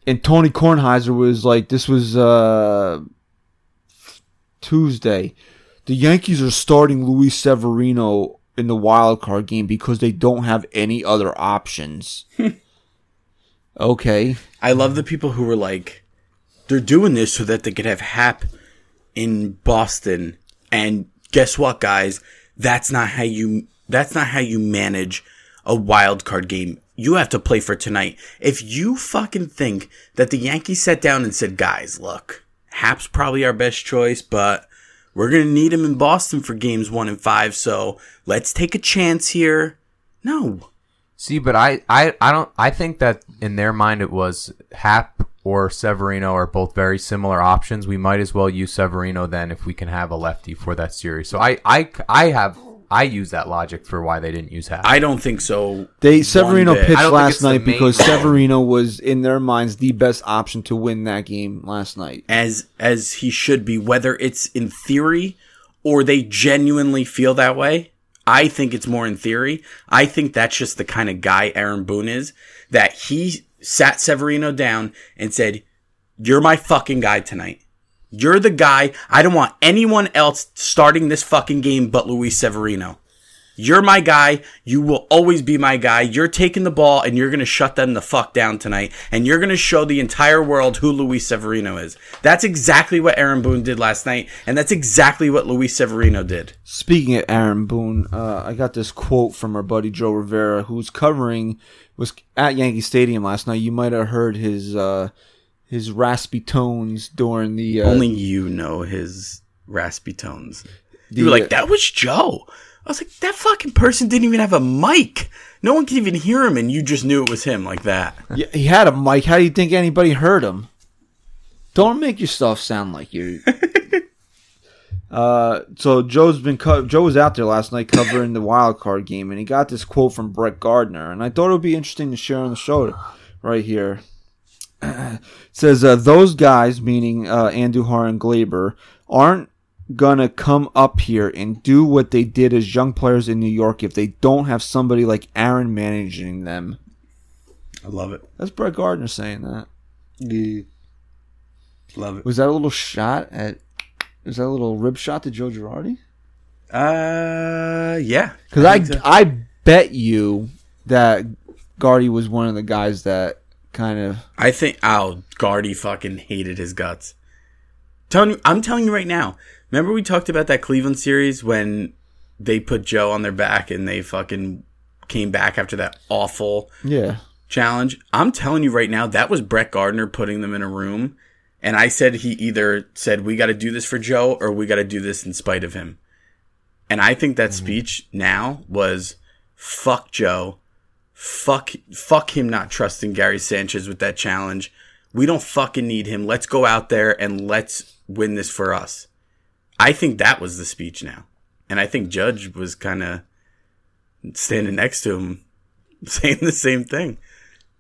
Speaker 2: And Tony Kornheiser was like, this was uh, Tuesday. The Yankees are starting Luis Severino in the wild card game because they don't have any other options. okay.
Speaker 4: I love the people who were like, they're doing this so that they could have Hap in Boston. And guess what, guys? That's not how you. That's not how you manage a wild card game. You have to play for tonight. If you fucking think that the Yankees sat down and said, guys, look, Hap's probably our best choice, but we're gonna need him in Boston for games one and five. So let's take a chance here. No,
Speaker 3: See, but I, I, I don't. I think that in their mind it was Hap or Severino are both very similar options. We might as well use Severino then if we can have a lefty for that series. So I, I, I have I use that logic for why they didn't use Hap.
Speaker 4: I don't think so.
Speaker 2: They
Speaker 4: one
Speaker 2: Severino
Speaker 4: bit.
Speaker 3: I
Speaker 2: pitched
Speaker 3: don't think it's
Speaker 2: last
Speaker 3: the
Speaker 2: night
Speaker 3: main
Speaker 2: because
Speaker 3: goal.
Speaker 2: Severino was in their minds the best option to win that game last night.
Speaker 4: as as he should be whether it's in theory or they genuinely feel that way i think it's more in theory i think that's just the kind of guy aaron boone is that he sat severino down and said you're my fucking guy tonight you're the guy i don't want anyone else starting this fucking game but luis severino you're my guy. You will always be my guy. You're taking the ball and you're going to shut them the fuck down tonight. And you're going to show the entire world who Luis Severino is. That's exactly what Aaron Boone did last night. And that's exactly what Luis Severino did.
Speaker 2: Speaking of Aaron Boone, uh, I got this quote from our buddy Joe Rivera, who's covering was at Yankee Stadium last night. You might have heard his uh, his raspy tones during the uh,
Speaker 4: Only you know his raspy tones.
Speaker 2: the-
Speaker 4: you were like, that was Joe. I was like, that fucking person didn't even have a mic. No one could even hear him. And you just knew it was him like that.
Speaker 2: Yeah, he had a mic. How do you think anybody heard him? Don't make yourself sound like you. uh, so Joe's been co- Joe was out there last night covering the wild card game, and he got this quote from Brett Gardner, and I thought it would be interesting to share on the show right here. *clears throat* It says uh, those guys, meaning uh, Andujar and Glaber, aren't gonna come up here and do what they did as young players in New York if they don't have somebody like Aaron managing them.
Speaker 4: *laughs* I love it.
Speaker 2: That's Brett Gardner saying that.
Speaker 4: Love it.
Speaker 2: Was that a little shot at? Was that a little rib shot to Joe Girardi?
Speaker 4: Uh, yeah.
Speaker 2: Because I,
Speaker 4: think so.
Speaker 2: I bet you that Guardy was one of the guys that kind of.
Speaker 4: I think oh Guardy fucking hated his guts. Telling I'm telling you right now. Remember we talked about that Cleveland series when they put Joe on their back and they fucking came back after that awful
Speaker 2: Yeah.
Speaker 4: challenge. I'm telling you right now, that was Brett Gardner putting them in a room And I said he either said we got to do this for Joe or we got to do this in spite of him. And I think that speech now was fuck Joe. Fuck fuck him not trusting Gary Sanchez with that challenge. We don't fucking need him. Let's go out there and let's win this for us. I think that was the speech now. And I think Judge was kind of standing next to him *laughs* saying the same thing.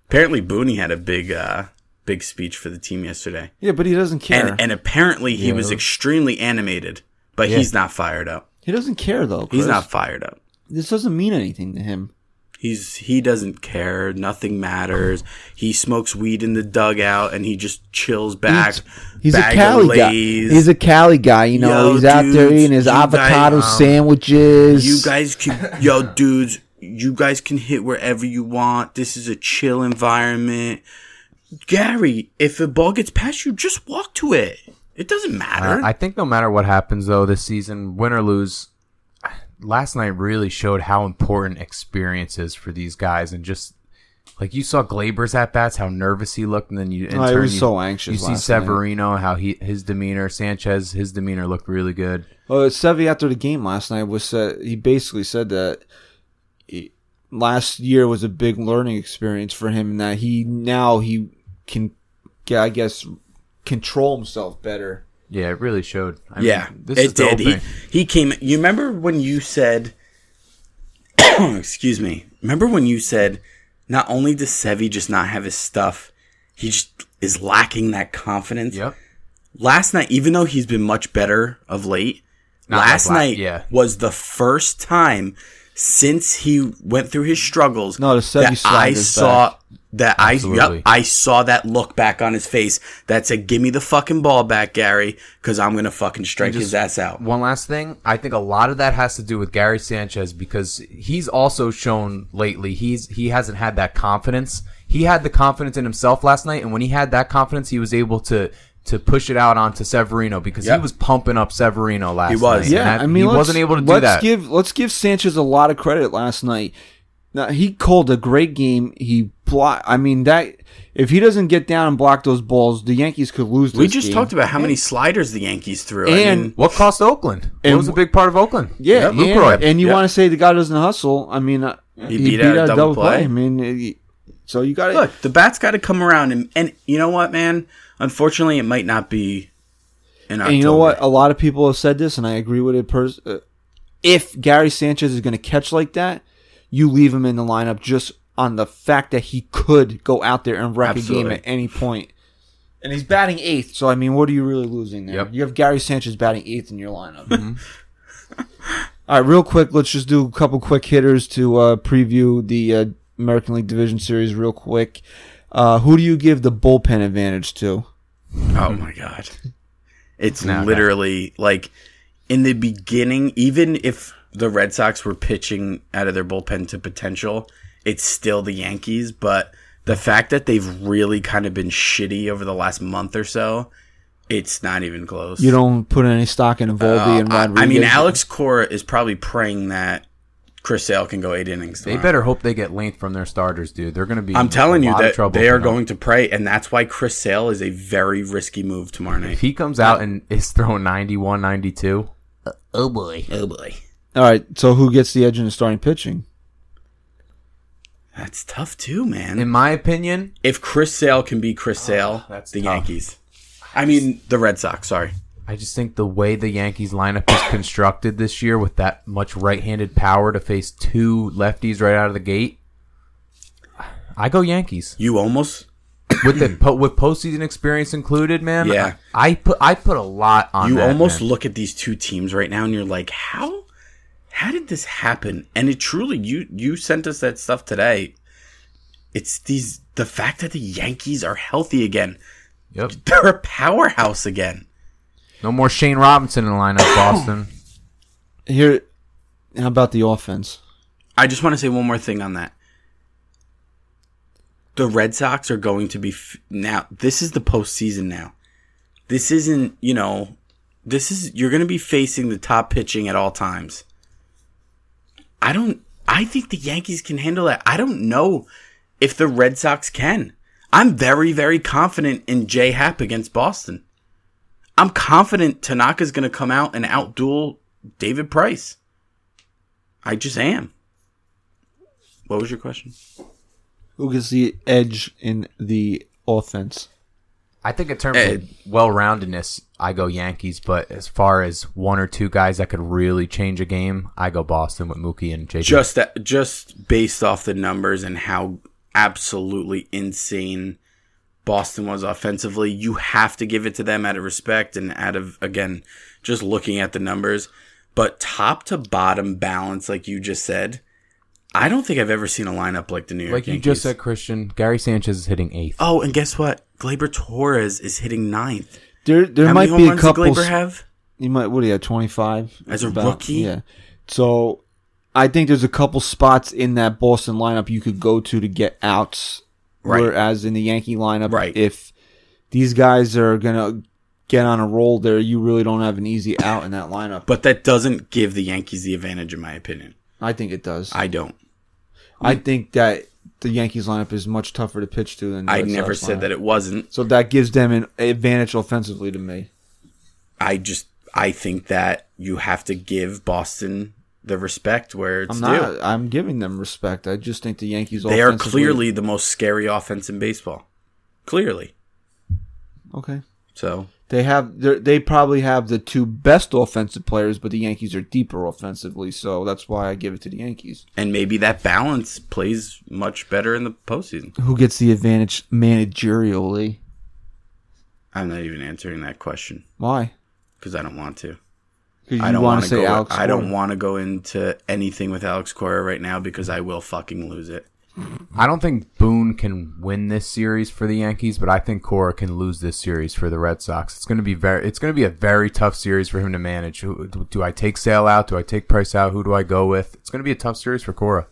Speaker 4: Apparently Booney had a big uh big speech for the team yesterday.
Speaker 2: Yeah, but he doesn't care.
Speaker 4: And and apparently he was extremely animated, but he's not fired up.
Speaker 2: he doesn't care though.
Speaker 4: He's
Speaker 2: Chris.
Speaker 4: not fired up.
Speaker 2: This doesn't mean anything to him.
Speaker 4: He's he doesn't care. Nothing matters. He smokes weed in the dugout and he just chills back.
Speaker 2: He's
Speaker 4: bag
Speaker 2: a
Speaker 4: of
Speaker 2: Cali guy.
Speaker 4: Lay's.
Speaker 2: He's a Cali guy. You know,
Speaker 4: Yo,
Speaker 2: he's out there
Speaker 4: dudes,
Speaker 2: eating his
Speaker 4: you guys-
Speaker 2: avocado
Speaker 4: um,
Speaker 2: sandwiches.
Speaker 4: you guys can yo dudes. You guys can hit wherever you want. This is a chill environment. Gary, if a ball gets past you, just walk to it. It doesn't
Speaker 3: Uh,
Speaker 4: matter.
Speaker 3: I think no matter what happens though this season, win or lose, last night really showed how important experience is for these guys and just like you saw Glaber's at bats, how nervous he looked, and then you in
Speaker 2: Oh, he
Speaker 3: turn,
Speaker 2: was
Speaker 3: you,
Speaker 2: so anxious
Speaker 3: You see
Speaker 2: last night.
Speaker 3: Severino, how he his demeanor, Sanchez, his demeanor looked really good.
Speaker 2: Well, Sevy after the game last night was uh, he basically said that he- last year was a big learning experience for him, and that he now he can, yeah, I guess, control himself better.
Speaker 3: Yeah, it really showed. I
Speaker 4: yeah,
Speaker 3: mean,
Speaker 4: it
Speaker 3: the
Speaker 4: did. He
Speaker 3: opening.
Speaker 4: he came. You remember when you said, *coughs* excuse me. Remember when you said, not only does Sevi just not have his stuff, he just is lacking that confidence.
Speaker 3: Yep.
Speaker 4: Last night, even though he's been much better of late,
Speaker 3: Not
Speaker 4: last
Speaker 3: like la-
Speaker 4: night
Speaker 3: yeah.
Speaker 4: was the first time since he went through his struggles
Speaker 2: No, the Sevi
Speaker 4: that
Speaker 2: slide
Speaker 4: I
Speaker 2: is
Speaker 4: saw that I
Speaker 3: Absolutely.
Speaker 4: yep, I saw that look back on his face that said, "Give me the fucking ball back, Gary, because I'm gonna fucking strike his ass out."
Speaker 3: One last thing, I think a lot of that has to do with Gary Sanchez because he's also shown lately he's he hasn't had that confidence. He had the confidence in himself last night, and when he had that confidence, he was able to to push it out onto Severino because
Speaker 4: Yep.
Speaker 3: he was pumping up Severino last night.
Speaker 4: was.
Speaker 3: and
Speaker 4: Yeah,
Speaker 3: that-
Speaker 2: I mean,
Speaker 3: he
Speaker 2: let's-
Speaker 3: wasn't able to do
Speaker 2: let's
Speaker 3: that.
Speaker 2: Give let's give Sanchez a lot of credit last night. Now he called a great game. He block. I mean that if he doesn't get down and block those balls, the Yankees could lose. This
Speaker 4: We just
Speaker 2: game.
Speaker 4: talked about how many sliders the Yankees threw. I
Speaker 2: And-
Speaker 4: mean,
Speaker 3: what cost Oakland?
Speaker 2: And-
Speaker 3: what was a big part of Oakland?
Speaker 2: Yeah,
Speaker 3: Lucroy.
Speaker 2: and, and you
Speaker 4: Yep.
Speaker 2: want to say the guy doesn't hustle? I mean, uh, he,
Speaker 4: beat out a double play.
Speaker 2: I mean, it- so you got to
Speaker 4: look, the bat's got to come around, and, and you know what, man? Unfortunately, it might not be. In October.
Speaker 2: And you know what? A lot of people have said this, and I agree with it. Pers- uh, if Gary Sanchez is going to catch like that, you leave him in the lineup just on the fact that he could go out there and wreck a
Speaker 4: Absolutely.
Speaker 2: game at any point. And he's batting eighth, so I mean, what are you really losing there?
Speaker 3: Yep.
Speaker 2: You have Gary Sanchez batting eighth in your lineup. Mm-hmm. All right, real quick, let's just do a couple quick hitters to uh, preview the uh, American League Division Series real quick. Uh, who do you give the bullpen advantage to?
Speaker 4: Oh
Speaker 3: Mm-hmm.
Speaker 4: my god. It's
Speaker 3: No, no.
Speaker 4: literally like in the beginning, even if the Red Sox were pitching out of their bullpen to potential, it's still the Yankees, but the fact that they've really kind of been shitty over the last month or so, it's not even close.
Speaker 2: You don't put any stock in Evaldi and
Speaker 4: I,
Speaker 2: Rodriguez.
Speaker 4: Uh, I mean, Alex Cora is probably praying that Chris Sale can go eight innings.
Speaker 3: They
Speaker 4: tomorrow.
Speaker 3: better hope they get length from their starters, dude. They're going to be.
Speaker 4: I'm
Speaker 3: in
Speaker 4: telling
Speaker 3: a
Speaker 4: you
Speaker 3: lot of
Speaker 4: that
Speaker 3: trouble
Speaker 4: they
Speaker 3: for
Speaker 4: are
Speaker 3: them.
Speaker 4: going to pray, and that's why Chris Sale is a very risky move tomorrow night.
Speaker 3: If he comes out and is throwing 91, 92,
Speaker 5: Oh boy.
Speaker 4: Oh boy,
Speaker 2: All right, so who gets the edge in the starting pitching?
Speaker 4: that's tough too, man.
Speaker 3: in my opinion,
Speaker 4: if Chris Sale can be Chris Sale,
Speaker 3: Ah, that's
Speaker 4: the
Speaker 3: tough.
Speaker 4: Yankees. I mean, the Red Sox. Sorry,
Speaker 3: I just think the way the Yankees lineup is constructed this year with that much right-handed power to face two lefties right out of the gate, I
Speaker 4: *clears throat*
Speaker 3: go Yankees
Speaker 4: you almost.
Speaker 3: with the po- with postseason experience included. Man,
Speaker 4: Yeah.
Speaker 3: I, I put I put a lot on
Speaker 4: You
Speaker 3: that,
Speaker 4: almost
Speaker 3: man.
Speaker 4: look at these two teams right now, and you're like, how, how did this happen? And it truly, you you sent us that stuff today. It's these the fact that the Yankees are healthy again. *laughs*
Speaker 3: Yep.
Speaker 4: They're a powerhouse again.
Speaker 3: no more Shane Robinson in
Speaker 4: *clears throat*
Speaker 3: the lineup. Boston,
Speaker 2: Here, how about the offense?
Speaker 4: I just want to say one more thing on that. The Red Sox are going to be f- now. This is the postseason now. This isn't, you know, this is you're going to be facing the top pitching at all times. I don't. I think the Yankees can handle that. I don't know if the Red Sox can. I'm very, very confident in J Hap against Boston. I'm confident Tanaka's going to come out and outduel David Price. I just am. What was your question?
Speaker 2: Who gets the edge in the offense?
Speaker 3: I think in terms
Speaker 4: Eh.
Speaker 3: of well roundedness, I go Yankees. But as far as one or two guys that could really change a game, I go Boston with Mookie and JJ.
Speaker 4: Just that, just based off the numbers and how absolutely insane Boston was offensively, you have to give it to them out of respect and out of again just looking at the numbers. But top to bottom balance, like you just said, I don't think I've ever seen a lineup like the New York
Speaker 3: like you
Speaker 4: Yankees.
Speaker 3: just said, Christian Gary Sanchez is hitting eighth.
Speaker 4: Oh, and guess what? Glaber Torres is hitting ninth.
Speaker 2: There, there
Speaker 4: How
Speaker 2: might
Speaker 4: many home
Speaker 2: be a
Speaker 4: runs did
Speaker 2: couple.
Speaker 4: Glaber
Speaker 2: s-
Speaker 4: have?
Speaker 2: You might. What do you have? Twenty five
Speaker 4: As a rookie?
Speaker 2: Yeah. So, I think there's a couple spots in that Boston lineup you could go to to get outs.
Speaker 4: Right.
Speaker 2: Whereas in the Yankee lineup,
Speaker 4: Right.
Speaker 2: if these guys are gonna get on a roll, there you really don't have an easy out in that lineup.
Speaker 4: But that doesn't give the Yankees the advantage, in my opinion.
Speaker 2: I think it does. I,
Speaker 4: I don't.
Speaker 2: think that the Yankees lineup is much tougher to pitch to than. the
Speaker 4: I
Speaker 2: Red
Speaker 4: never
Speaker 2: Sox
Speaker 4: said
Speaker 2: lineup.
Speaker 4: that it wasn't.
Speaker 2: So that gives them an advantage offensively to me.
Speaker 4: I just I think that you have to give Boston the respect where it's
Speaker 2: I'm
Speaker 4: due.
Speaker 2: not. I'm giving them respect. I just think the Yankees.
Speaker 4: They are
Speaker 2: offensively-
Speaker 4: clearly the most scary offense in baseball. Clearly.
Speaker 2: okay.
Speaker 4: So
Speaker 2: They have they're- they probably have the two best offensive players, but the Yankees are deeper offensively, so that's why I give it to the Yankees.
Speaker 4: and maybe that balance plays much better in the postseason.
Speaker 2: Who gets the advantage managerially?
Speaker 4: I'm not even answering that question
Speaker 2: Why?
Speaker 4: because I don't want to.
Speaker 2: Because
Speaker 4: I don't
Speaker 2: wanna
Speaker 4: want to go. I don't
Speaker 2: Cora.
Speaker 4: want to go into anything with Alex Cora right now because I will fucking lose it.
Speaker 3: I don't think Boone can win this series for the Yankees, but I think Cora can lose this series for the Red Sox. It's going to be very, it's going to be a very tough series for him to manage. Who, do, do I take Sale out? Do I take Price out? Who do I go with? It's going to be a tough series for Cora.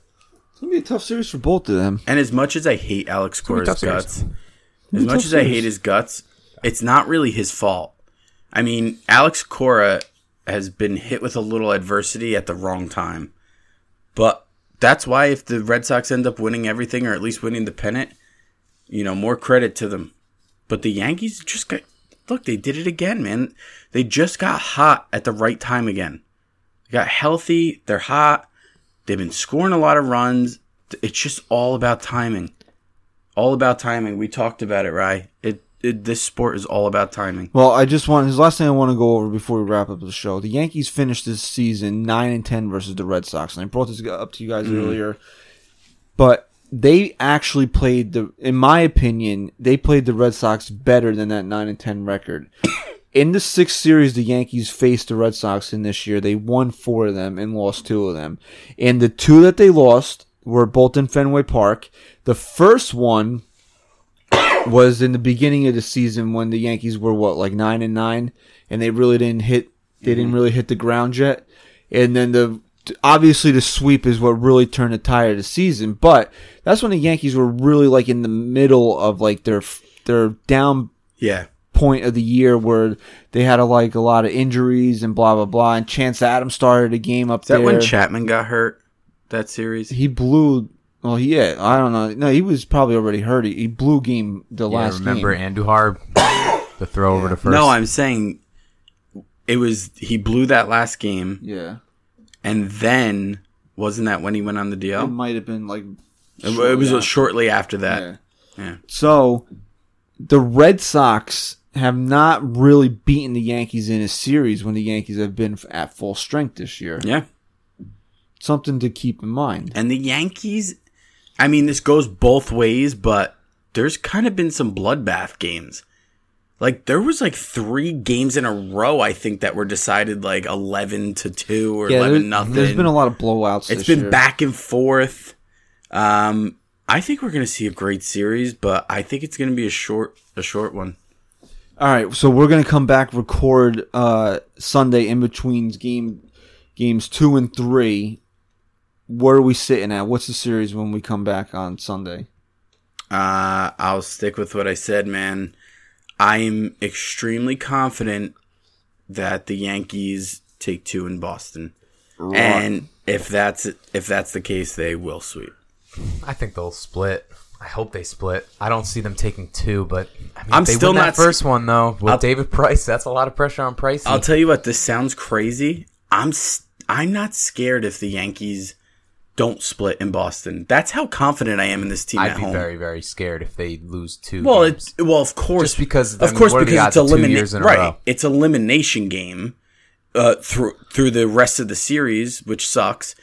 Speaker 2: It's gonna be a tough series for both of them.
Speaker 4: And as much as I hate Alex
Speaker 3: gonna be
Speaker 4: Cora's
Speaker 3: tough series.
Speaker 4: guts, as much
Speaker 2: tough
Speaker 4: as I
Speaker 2: series.
Speaker 4: hate his guts, it's not really his fault. I mean, Alex Cora has been hit with a little adversity at the wrong time. But that's why if the Red Sox end up winning everything or at least winning the pennant, you know, more credit to them. But the Yankees just got look, they did it again, man. They just got hot at the right time again. They got healthy, they're hot. They've been scoring a lot of runs. It's just all about timing. All about timing. We talked about it, Rye. It, it this sport is all about timing.
Speaker 2: Well, I just want his last thing I want to go over before we wrap up the show. The Yankees finished this season nine and ten versus the Red Sox, and I brought this up to you guys earlier. But they actually played the, in my opinion, they played the Red Sox better than that nine and ten record. in the sixth series the Yankees faced the Red Sox in this year, they won four of them and lost two of them. And the two that they lost were both in Fenway Park. The first one was in the beginning of the season when the Yankees were what like nine and nine, and they really didn't hit. They
Speaker 3: Mm-hmm.
Speaker 2: didn't really hit the ground yet. And then the obviously the sweep is what really turned the tide of the season. But that's when the Yankees were really like in the middle of like their their down
Speaker 4: Yeah.
Speaker 2: point of the year where they had a, like a lot of injuries and blah blah blah. And Chance Adams started a game up
Speaker 4: Is that
Speaker 2: there.
Speaker 4: when Chapman got hurt? That series?
Speaker 2: he blew. Well, yeah, I don't know. No, he was probably already hurt. He, he blew game the
Speaker 3: Yeah,
Speaker 2: last
Speaker 3: remember
Speaker 2: game.
Speaker 3: Andujar, *coughs* the throw over to first.
Speaker 4: No, I'm saying it was he blew that last game
Speaker 2: Yeah.
Speaker 4: and then wasn't that when he went on the
Speaker 2: It
Speaker 4: DL?
Speaker 2: might have been like
Speaker 4: Oh. It, it was
Speaker 2: shortly
Speaker 4: shortly after that.
Speaker 2: after.
Speaker 4: Yeah.
Speaker 2: So the Red Sox have not really beaten the Yankees in a series when the Yankees have been f- at full strength this year.
Speaker 4: yeah.
Speaker 2: Something to keep in mind.
Speaker 4: And the Yankees, I mean, this goes both ways, but there's kind of been some bloodbath games. Like there was like three games in a row, I think, that were decided like eleven to two or eleven nothing.
Speaker 2: there's been a lot of blowouts.
Speaker 4: It's
Speaker 2: this
Speaker 4: been
Speaker 2: year.
Speaker 4: back and forth. Um, I think we're gonna see a great series, but I think it's gonna be a short, a short one.
Speaker 2: All right, so we're gonna come back record uh, Sunday in between game games two and three. Where are we sitting at? What's the series when we come back on Sunday?
Speaker 4: Uh, I'll stick with what I said, man. I am extremely confident that the Yankees take two in Boston. And if that's if that's the case, they will sweep.
Speaker 3: I think they'll split. I hope they split. I don't see them taking two, but I mean,
Speaker 4: I'm
Speaker 3: if they
Speaker 4: still
Speaker 3: win
Speaker 4: not
Speaker 3: that
Speaker 4: see-
Speaker 3: first one though. With
Speaker 4: I'll-
Speaker 3: David Price, that's a lot of pressure on Price.
Speaker 4: I'll tell you what. This sounds crazy. I'm s- I'm not scared if the Yankees don't split in Boston. That's how confident I am in this team
Speaker 3: I'd
Speaker 4: at
Speaker 3: be
Speaker 4: home.
Speaker 3: very, very scared if they lose two.
Speaker 4: well,
Speaker 3: games.
Speaker 4: it's well, of course,
Speaker 3: Just because,
Speaker 4: of
Speaker 3: I mean,
Speaker 4: course,
Speaker 3: what do they
Speaker 4: because it's
Speaker 3: got, the two years
Speaker 4: elimination.
Speaker 3: in a
Speaker 4: Right,
Speaker 3: row?
Speaker 4: it's elimination game uh, through through the rest of the series, which sucks.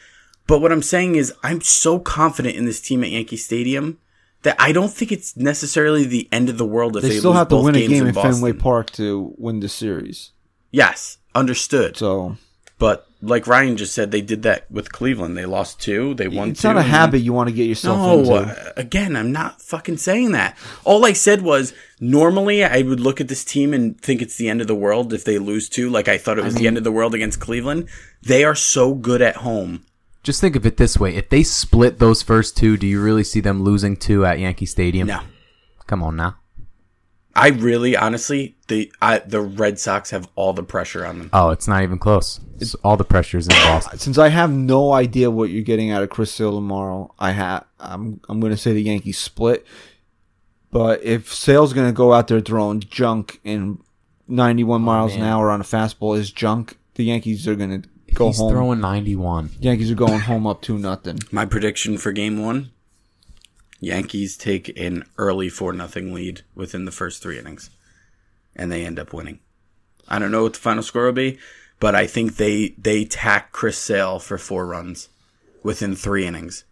Speaker 4: But what I'm saying is, I'm so confident in this team at Yankee Stadium that I don't think it's necessarily the end of the world if
Speaker 2: They,
Speaker 4: they,
Speaker 2: still
Speaker 4: lose
Speaker 2: have to
Speaker 4: both
Speaker 2: win a
Speaker 4: games
Speaker 2: game
Speaker 4: in
Speaker 2: in
Speaker 4: Boston.
Speaker 2: Fenway Park to win the series.
Speaker 4: Yes, understood.
Speaker 2: So
Speaker 4: But like Ryan just said, they did that with Cleveland. They lost two. They won.
Speaker 2: it's
Speaker 4: two,
Speaker 2: not a
Speaker 4: and-
Speaker 2: habit you want to get yourself
Speaker 4: No,
Speaker 2: into.
Speaker 4: uh, again, I'm not fucking saying that. All I said was normally I would look at this team and think it's the end of the world if they lose two. Like I thought it was the end of the world against Cleveland. They are so good at home.
Speaker 3: Just think of it this way: if they split those first two, do you really see them losing two at Yankee Stadium?
Speaker 4: No,
Speaker 3: Come on now.
Speaker 4: I really, honestly, the I, the Red Sox have all the pressure on them.
Speaker 3: Oh, it's not even close. It's all
Speaker 4: *coughs*
Speaker 3: the pressures in Boston.
Speaker 2: Since I have no idea what you're getting out of Chris Sale tomorrow, I ha- I'm I'm going to say the Yankees split. But if Sale's going to go out there throwing junk and
Speaker 3: Oh,
Speaker 2: 91 miles an hour on a fastball is junk, the Yankees are going to go
Speaker 3: He's
Speaker 2: home.
Speaker 3: throwing 91.
Speaker 2: Yankees are going home up two nothing.
Speaker 4: My prediction for Game One: Yankees take an early four nothing lead within the first three innings, and they end up winning. I don't know what the final score will be, but I think they they tack Chris Sale for four runs within three innings.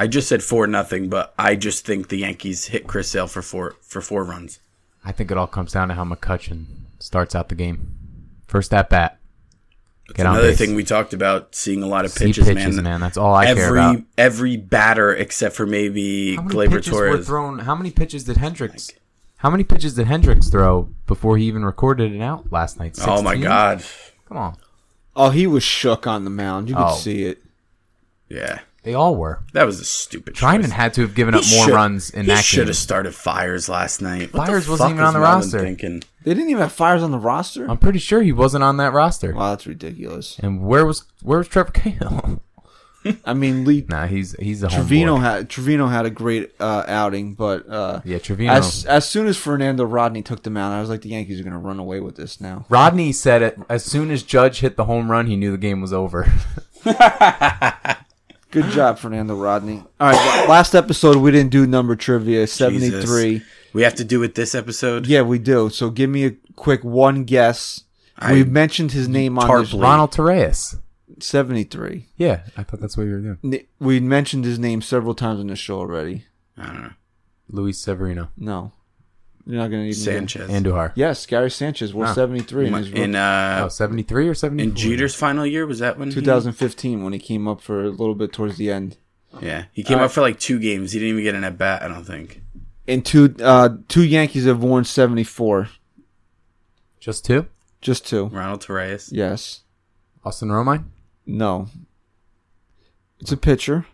Speaker 4: I just said four nothing, but I just think the Yankees hit Chris Sale for four for four runs.
Speaker 3: I think it all comes down to how McCutcheon starts out the game. First at bat. Get on
Speaker 4: Another
Speaker 3: base.
Speaker 4: thing we talked about seeing a lot of
Speaker 3: See
Speaker 4: pitches,
Speaker 3: pitches,
Speaker 4: man.
Speaker 3: man. That's all I
Speaker 4: every
Speaker 3: care about.
Speaker 4: every batter except for maybe
Speaker 3: How many
Speaker 4: Gleyber
Speaker 3: pitches were
Speaker 4: Torres.
Speaker 3: thrown? How many pitches did Hendricks? How many pitches did Hendricks throw before he even recorded an out last night?
Speaker 4: Oh my
Speaker 3: 16?
Speaker 4: god.
Speaker 3: Come on,
Speaker 2: Oh, he was shook on the mound. You could
Speaker 3: Oh.
Speaker 2: see it.
Speaker 4: Yeah.
Speaker 3: they all were.
Speaker 4: That was a stupid
Speaker 3: Trinan
Speaker 4: choice.
Speaker 3: had to have given
Speaker 4: He
Speaker 3: up more
Speaker 4: should-
Speaker 3: runs in
Speaker 4: he
Speaker 3: that
Speaker 4: should
Speaker 3: game.
Speaker 4: have started Fires last night. What the
Speaker 3: Fires wasn't
Speaker 4: fuck
Speaker 3: even
Speaker 4: is
Speaker 3: on the
Speaker 4: Melvin
Speaker 3: roster.
Speaker 4: Thinking?
Speaker 2: They didn't even have fires on the roster.
Speaker 3: I'm pretty sure he wasn't on that roster.
Speaker 2: wow, that's ridiculous.
Speaker 3: And where was where was Trevor Cahill? *laughs*
Speaker 2: I mean, Lee
Speaker 3: nah, he's he's a
Speaker 2: Trevino
Speaker 3: homeboy.
Speaker 2: had Trevino had a great uh, outing, but uh,
Speaker 3: Yeah, Trevino.
Speaker 2: as as soon as Fernando Rodney took them out, I was like, the Yankees are going to run away with this now.
Speaker 3: Rodney said it as soon as Judge hit the home run, he knew the game
Speaker 4: *laughs*
Speaker 3: was over. *gasps*
Speaker 2: Good job, Fernando Rodney. All right, la- last episode we didn't do number trivia seventy three.
Speaker 4: We have to do it this episode.
Speaker 2: Yeah, we do. So give me a quick one guess. We've mentioned his name on this
Speaker 4: Tarpley.
Speaker 3: Ronald Torres.
Speaker 2: seventy three.
Speaker 3: Yeah, I thought that's what you were doing.
Speaker 2: We mentioned his name several times on the show already.
Speaker 4: I don't know.
Speaker 3: Luis Severino,
Speaker 2: No, you're not going to even
Speaker 4: Sanchez.
Speaker 3: Andujar.
Speaker 2: Yes, Gary Sanchez was
Speaker 3: Huh.
Speaker 2: 73 in his
Speaker 4: in
Speaker 3: Oh,
Speaker 4: uh
Speaker 3: 73 or 74?
Speaker 4: in Jeter's final year was that when he-
Speaker 2: 2015 when he came up for a little bit towards the end.
Speaker 4: Yeah. He came up for like two games. He didn't even get an at bat, I don't think.
Speaker 2: And two uh, two Yankees have worn 74,
Speaker 3: Just two?
Speaker 2: just two.
Speaker 4: Ronald
Speaker 3: *laughs*
Speaker 4: Torres.
Speaker 2: Yes,
Speaker 3: Austin Romine?
Speaker 2: no. It's a pitcher.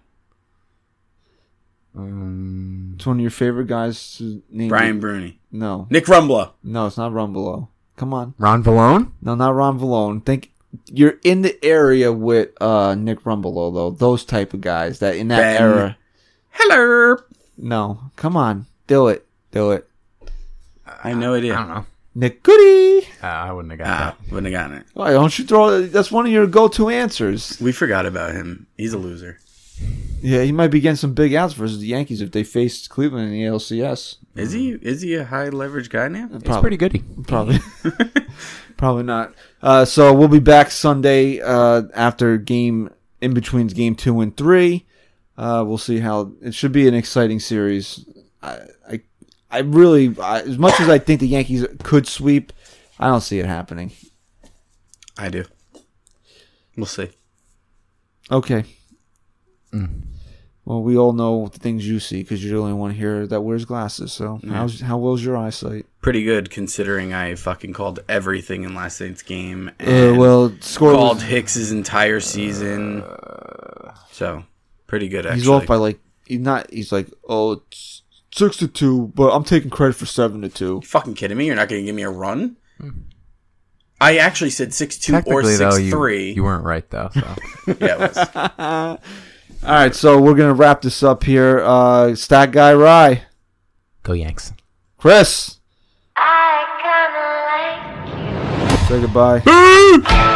Speaker 3: Um,
Speaker 2: It's one of your favorite guys. to name
Speaker 4: Brian Bruni.
Speaker 2: No,
Speaker 4: Nick Rumble.
Speaker 2: no, it's not Rumbelow. Come on,
Speaker 3: Ron Vallone?
Speaker 2: no, not Ron Vallone. Think you're in the area with uh, Nick Rumbelow though. Those type of guys that in that
Speaker 4: Ben.
Speaker 2: era.
Speaker 4: Hello.
Speaker 2: No, come on, do it, do it.
Speaker 4: I have no
Speaker 3: I
Speaker 4: idea.
Speaker 3: don't know.
Speaker 2: Nick Goody.
Speaker 3: Uh, I wouldn't have got
Speaker 4: Ah, wouldn't have gotten it.
Speaker 2: Why don't you throw? That's one of your go-to answers.
Speaker 4: We forgot about him. He's a loser.
Speaker 2: Yeah, he might be getting some big outs versus the Yankees if they face Cleveland in the ALCS.
Speaker 4: Is he is he a high leverage guy now?
Speaker 3: that. He's pretty goody.
Speaker 2: *laughs* Probably, *laughs* probably not. Uh, so we'll be back Sunday uh, after game in between game two and three. Uh, we'll see how it should be an exciting series. I, I, I really, I, as much as I think the Yankees could sweep, I don't see it happening.
Speaker 4: I do. We'll see.
Speaker 2: Okay. Mm. Well, we all know the things you see because you're the only one here that wears glasses. So, how's how well's your eyesight?
Speaker 4: pretty good considering I fucking called everything in last night's game
Speaker 2: Uh,
Speaker 4: and
Speaker 2: well, score.
Speaker 4: called
Speaker 2: Was, Uh,
Speaker 4: Hicks's entire season. so pretty good actually.
Speaker 2: he's off by like he's not. He's like oh it's six to two, but I'm taking credit for seven to two.
Speaker 4: you fucking kidding me? You're not going to give me a run?
Speaker 2: Hmm.
Speaker 4: I actually said six two or
Speaker 3: Technically,
Speaker 4: six
Speaker 3: though, you,
Speaker 4: three.
Speaker 3: you weren't right, though. So.
Speaker 4: yeah, it was.
Speaker 2: All right, so we're gonna wrap this up here. Uh, Stat guy Rye,
Speaker 3: *laughs* Go Yanks.
Speaker 2: Chris,
Speaker 6: I kinda like
Speaker 2: say goodbye.
Speaker 4: Boo!